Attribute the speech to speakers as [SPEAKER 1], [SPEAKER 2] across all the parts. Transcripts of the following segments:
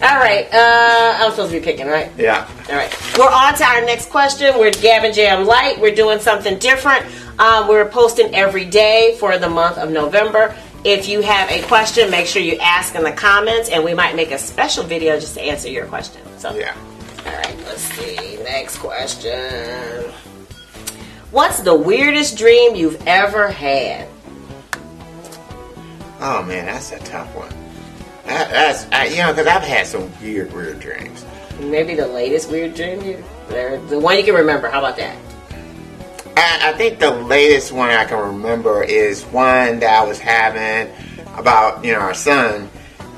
[SPEAKER 1] All right. Uh, I'm supposed to be picking, right?
[SPEAKER 2] Yeah.
[SPEAKER 1] All right. We're on to our next question. We're Gavin Jam Light. We're doing something different. Um, we're posting every day for the month of November. If you have a question, make sure you ask in the comments, and we might make a special video just to answer your question. So,
[SPEAKER 2] Yeah.
[SPEAKER 1] all right, let's see. Next question. What's the weirdest dream you've ever had?
[SPEAKER 2] Oh man, that's a tough one. That, that's I, you know because I've had some weird, weird dreams.
[SPEAKER 1] Maybe the latest weird dream you, or the one you can remember. How about that?
[SPEAKER 2] I, I think the latest one I can remember is one that I was having about you know our son,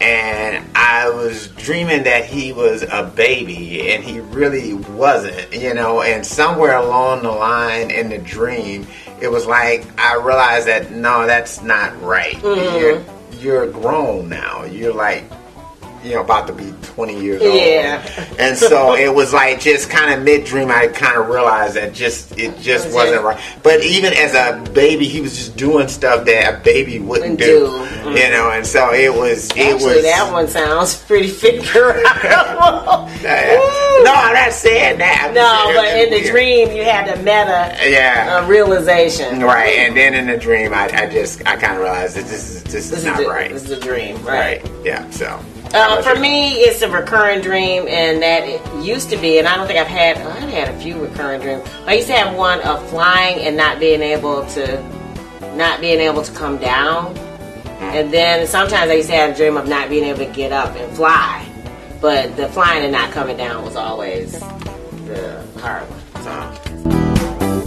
[SPEAKER 2] and I was dreaming that he was a baby and he really wasn't, you know. And somewhere along the line in the dream, it was like I realized that no, that's not right. You're you're grown now. You're like you know about to be 20 years old
[SPEAKER 1] Yeah.
[SPEAKER 2] and so it was like just kind of mid dream i kind of realized that just it just
[SPEAKER 1] Okay.
[SPEAKER 2] wasn't right but even as a baby he was just doing stuff that a baby
[SPEAKER 1] Wouldn't
[SPEAKER 2] wouldn't do,
[SPEAKER 1] do.
[SPEAKER 2] you know and so it was it
[SPEAKER 1] Actually,
[SPEAKER 2] was
[SPEAKER 1] that one sounds pretty figurable. Woo!
[SPEAKER 2] uh, no i'm not saying that I'm just
[SPEAKER 1] No,
[SPEAKER 2] saying
[SPEAKER 1] but
[SPEAKER 2] it
[SPEAKER 1] in
[SPEAKER 2] was
[SPEAKER 1] the
[SPEAKER 2] weird.
[SPEAKER 1] dream, you had the meta
[SPEAKER 2] yeah
[SPEAKER 1] uh, realization.
[SPEAKER 2] right and then in the dream i, I just i kind of realized that this is this, is
[SPEAKER 1] This
[SPEAKER 2] not
[SPEAKER 1] is the,
[SPEAKER 2] right
[SPEAKER 1] This is the dream, right?
[SPEAKER 2] right yeah so How
[SPEAKER 1] Uh,
[SPEAKER 2] about
[SPEAKER 1] for
[SPEAKER 2] you?
[SPEAKER 1] me, it's a recurring dream, and that it used to be, and I don't think I've had. I had a few recurring dreams. I used to have one of flying and not being able to, not being able to come down, and then sometimes I used to have a dream of not being able to get up and fly, but the flying and not coming down was always the hard one.
[SPEAKER 2] so.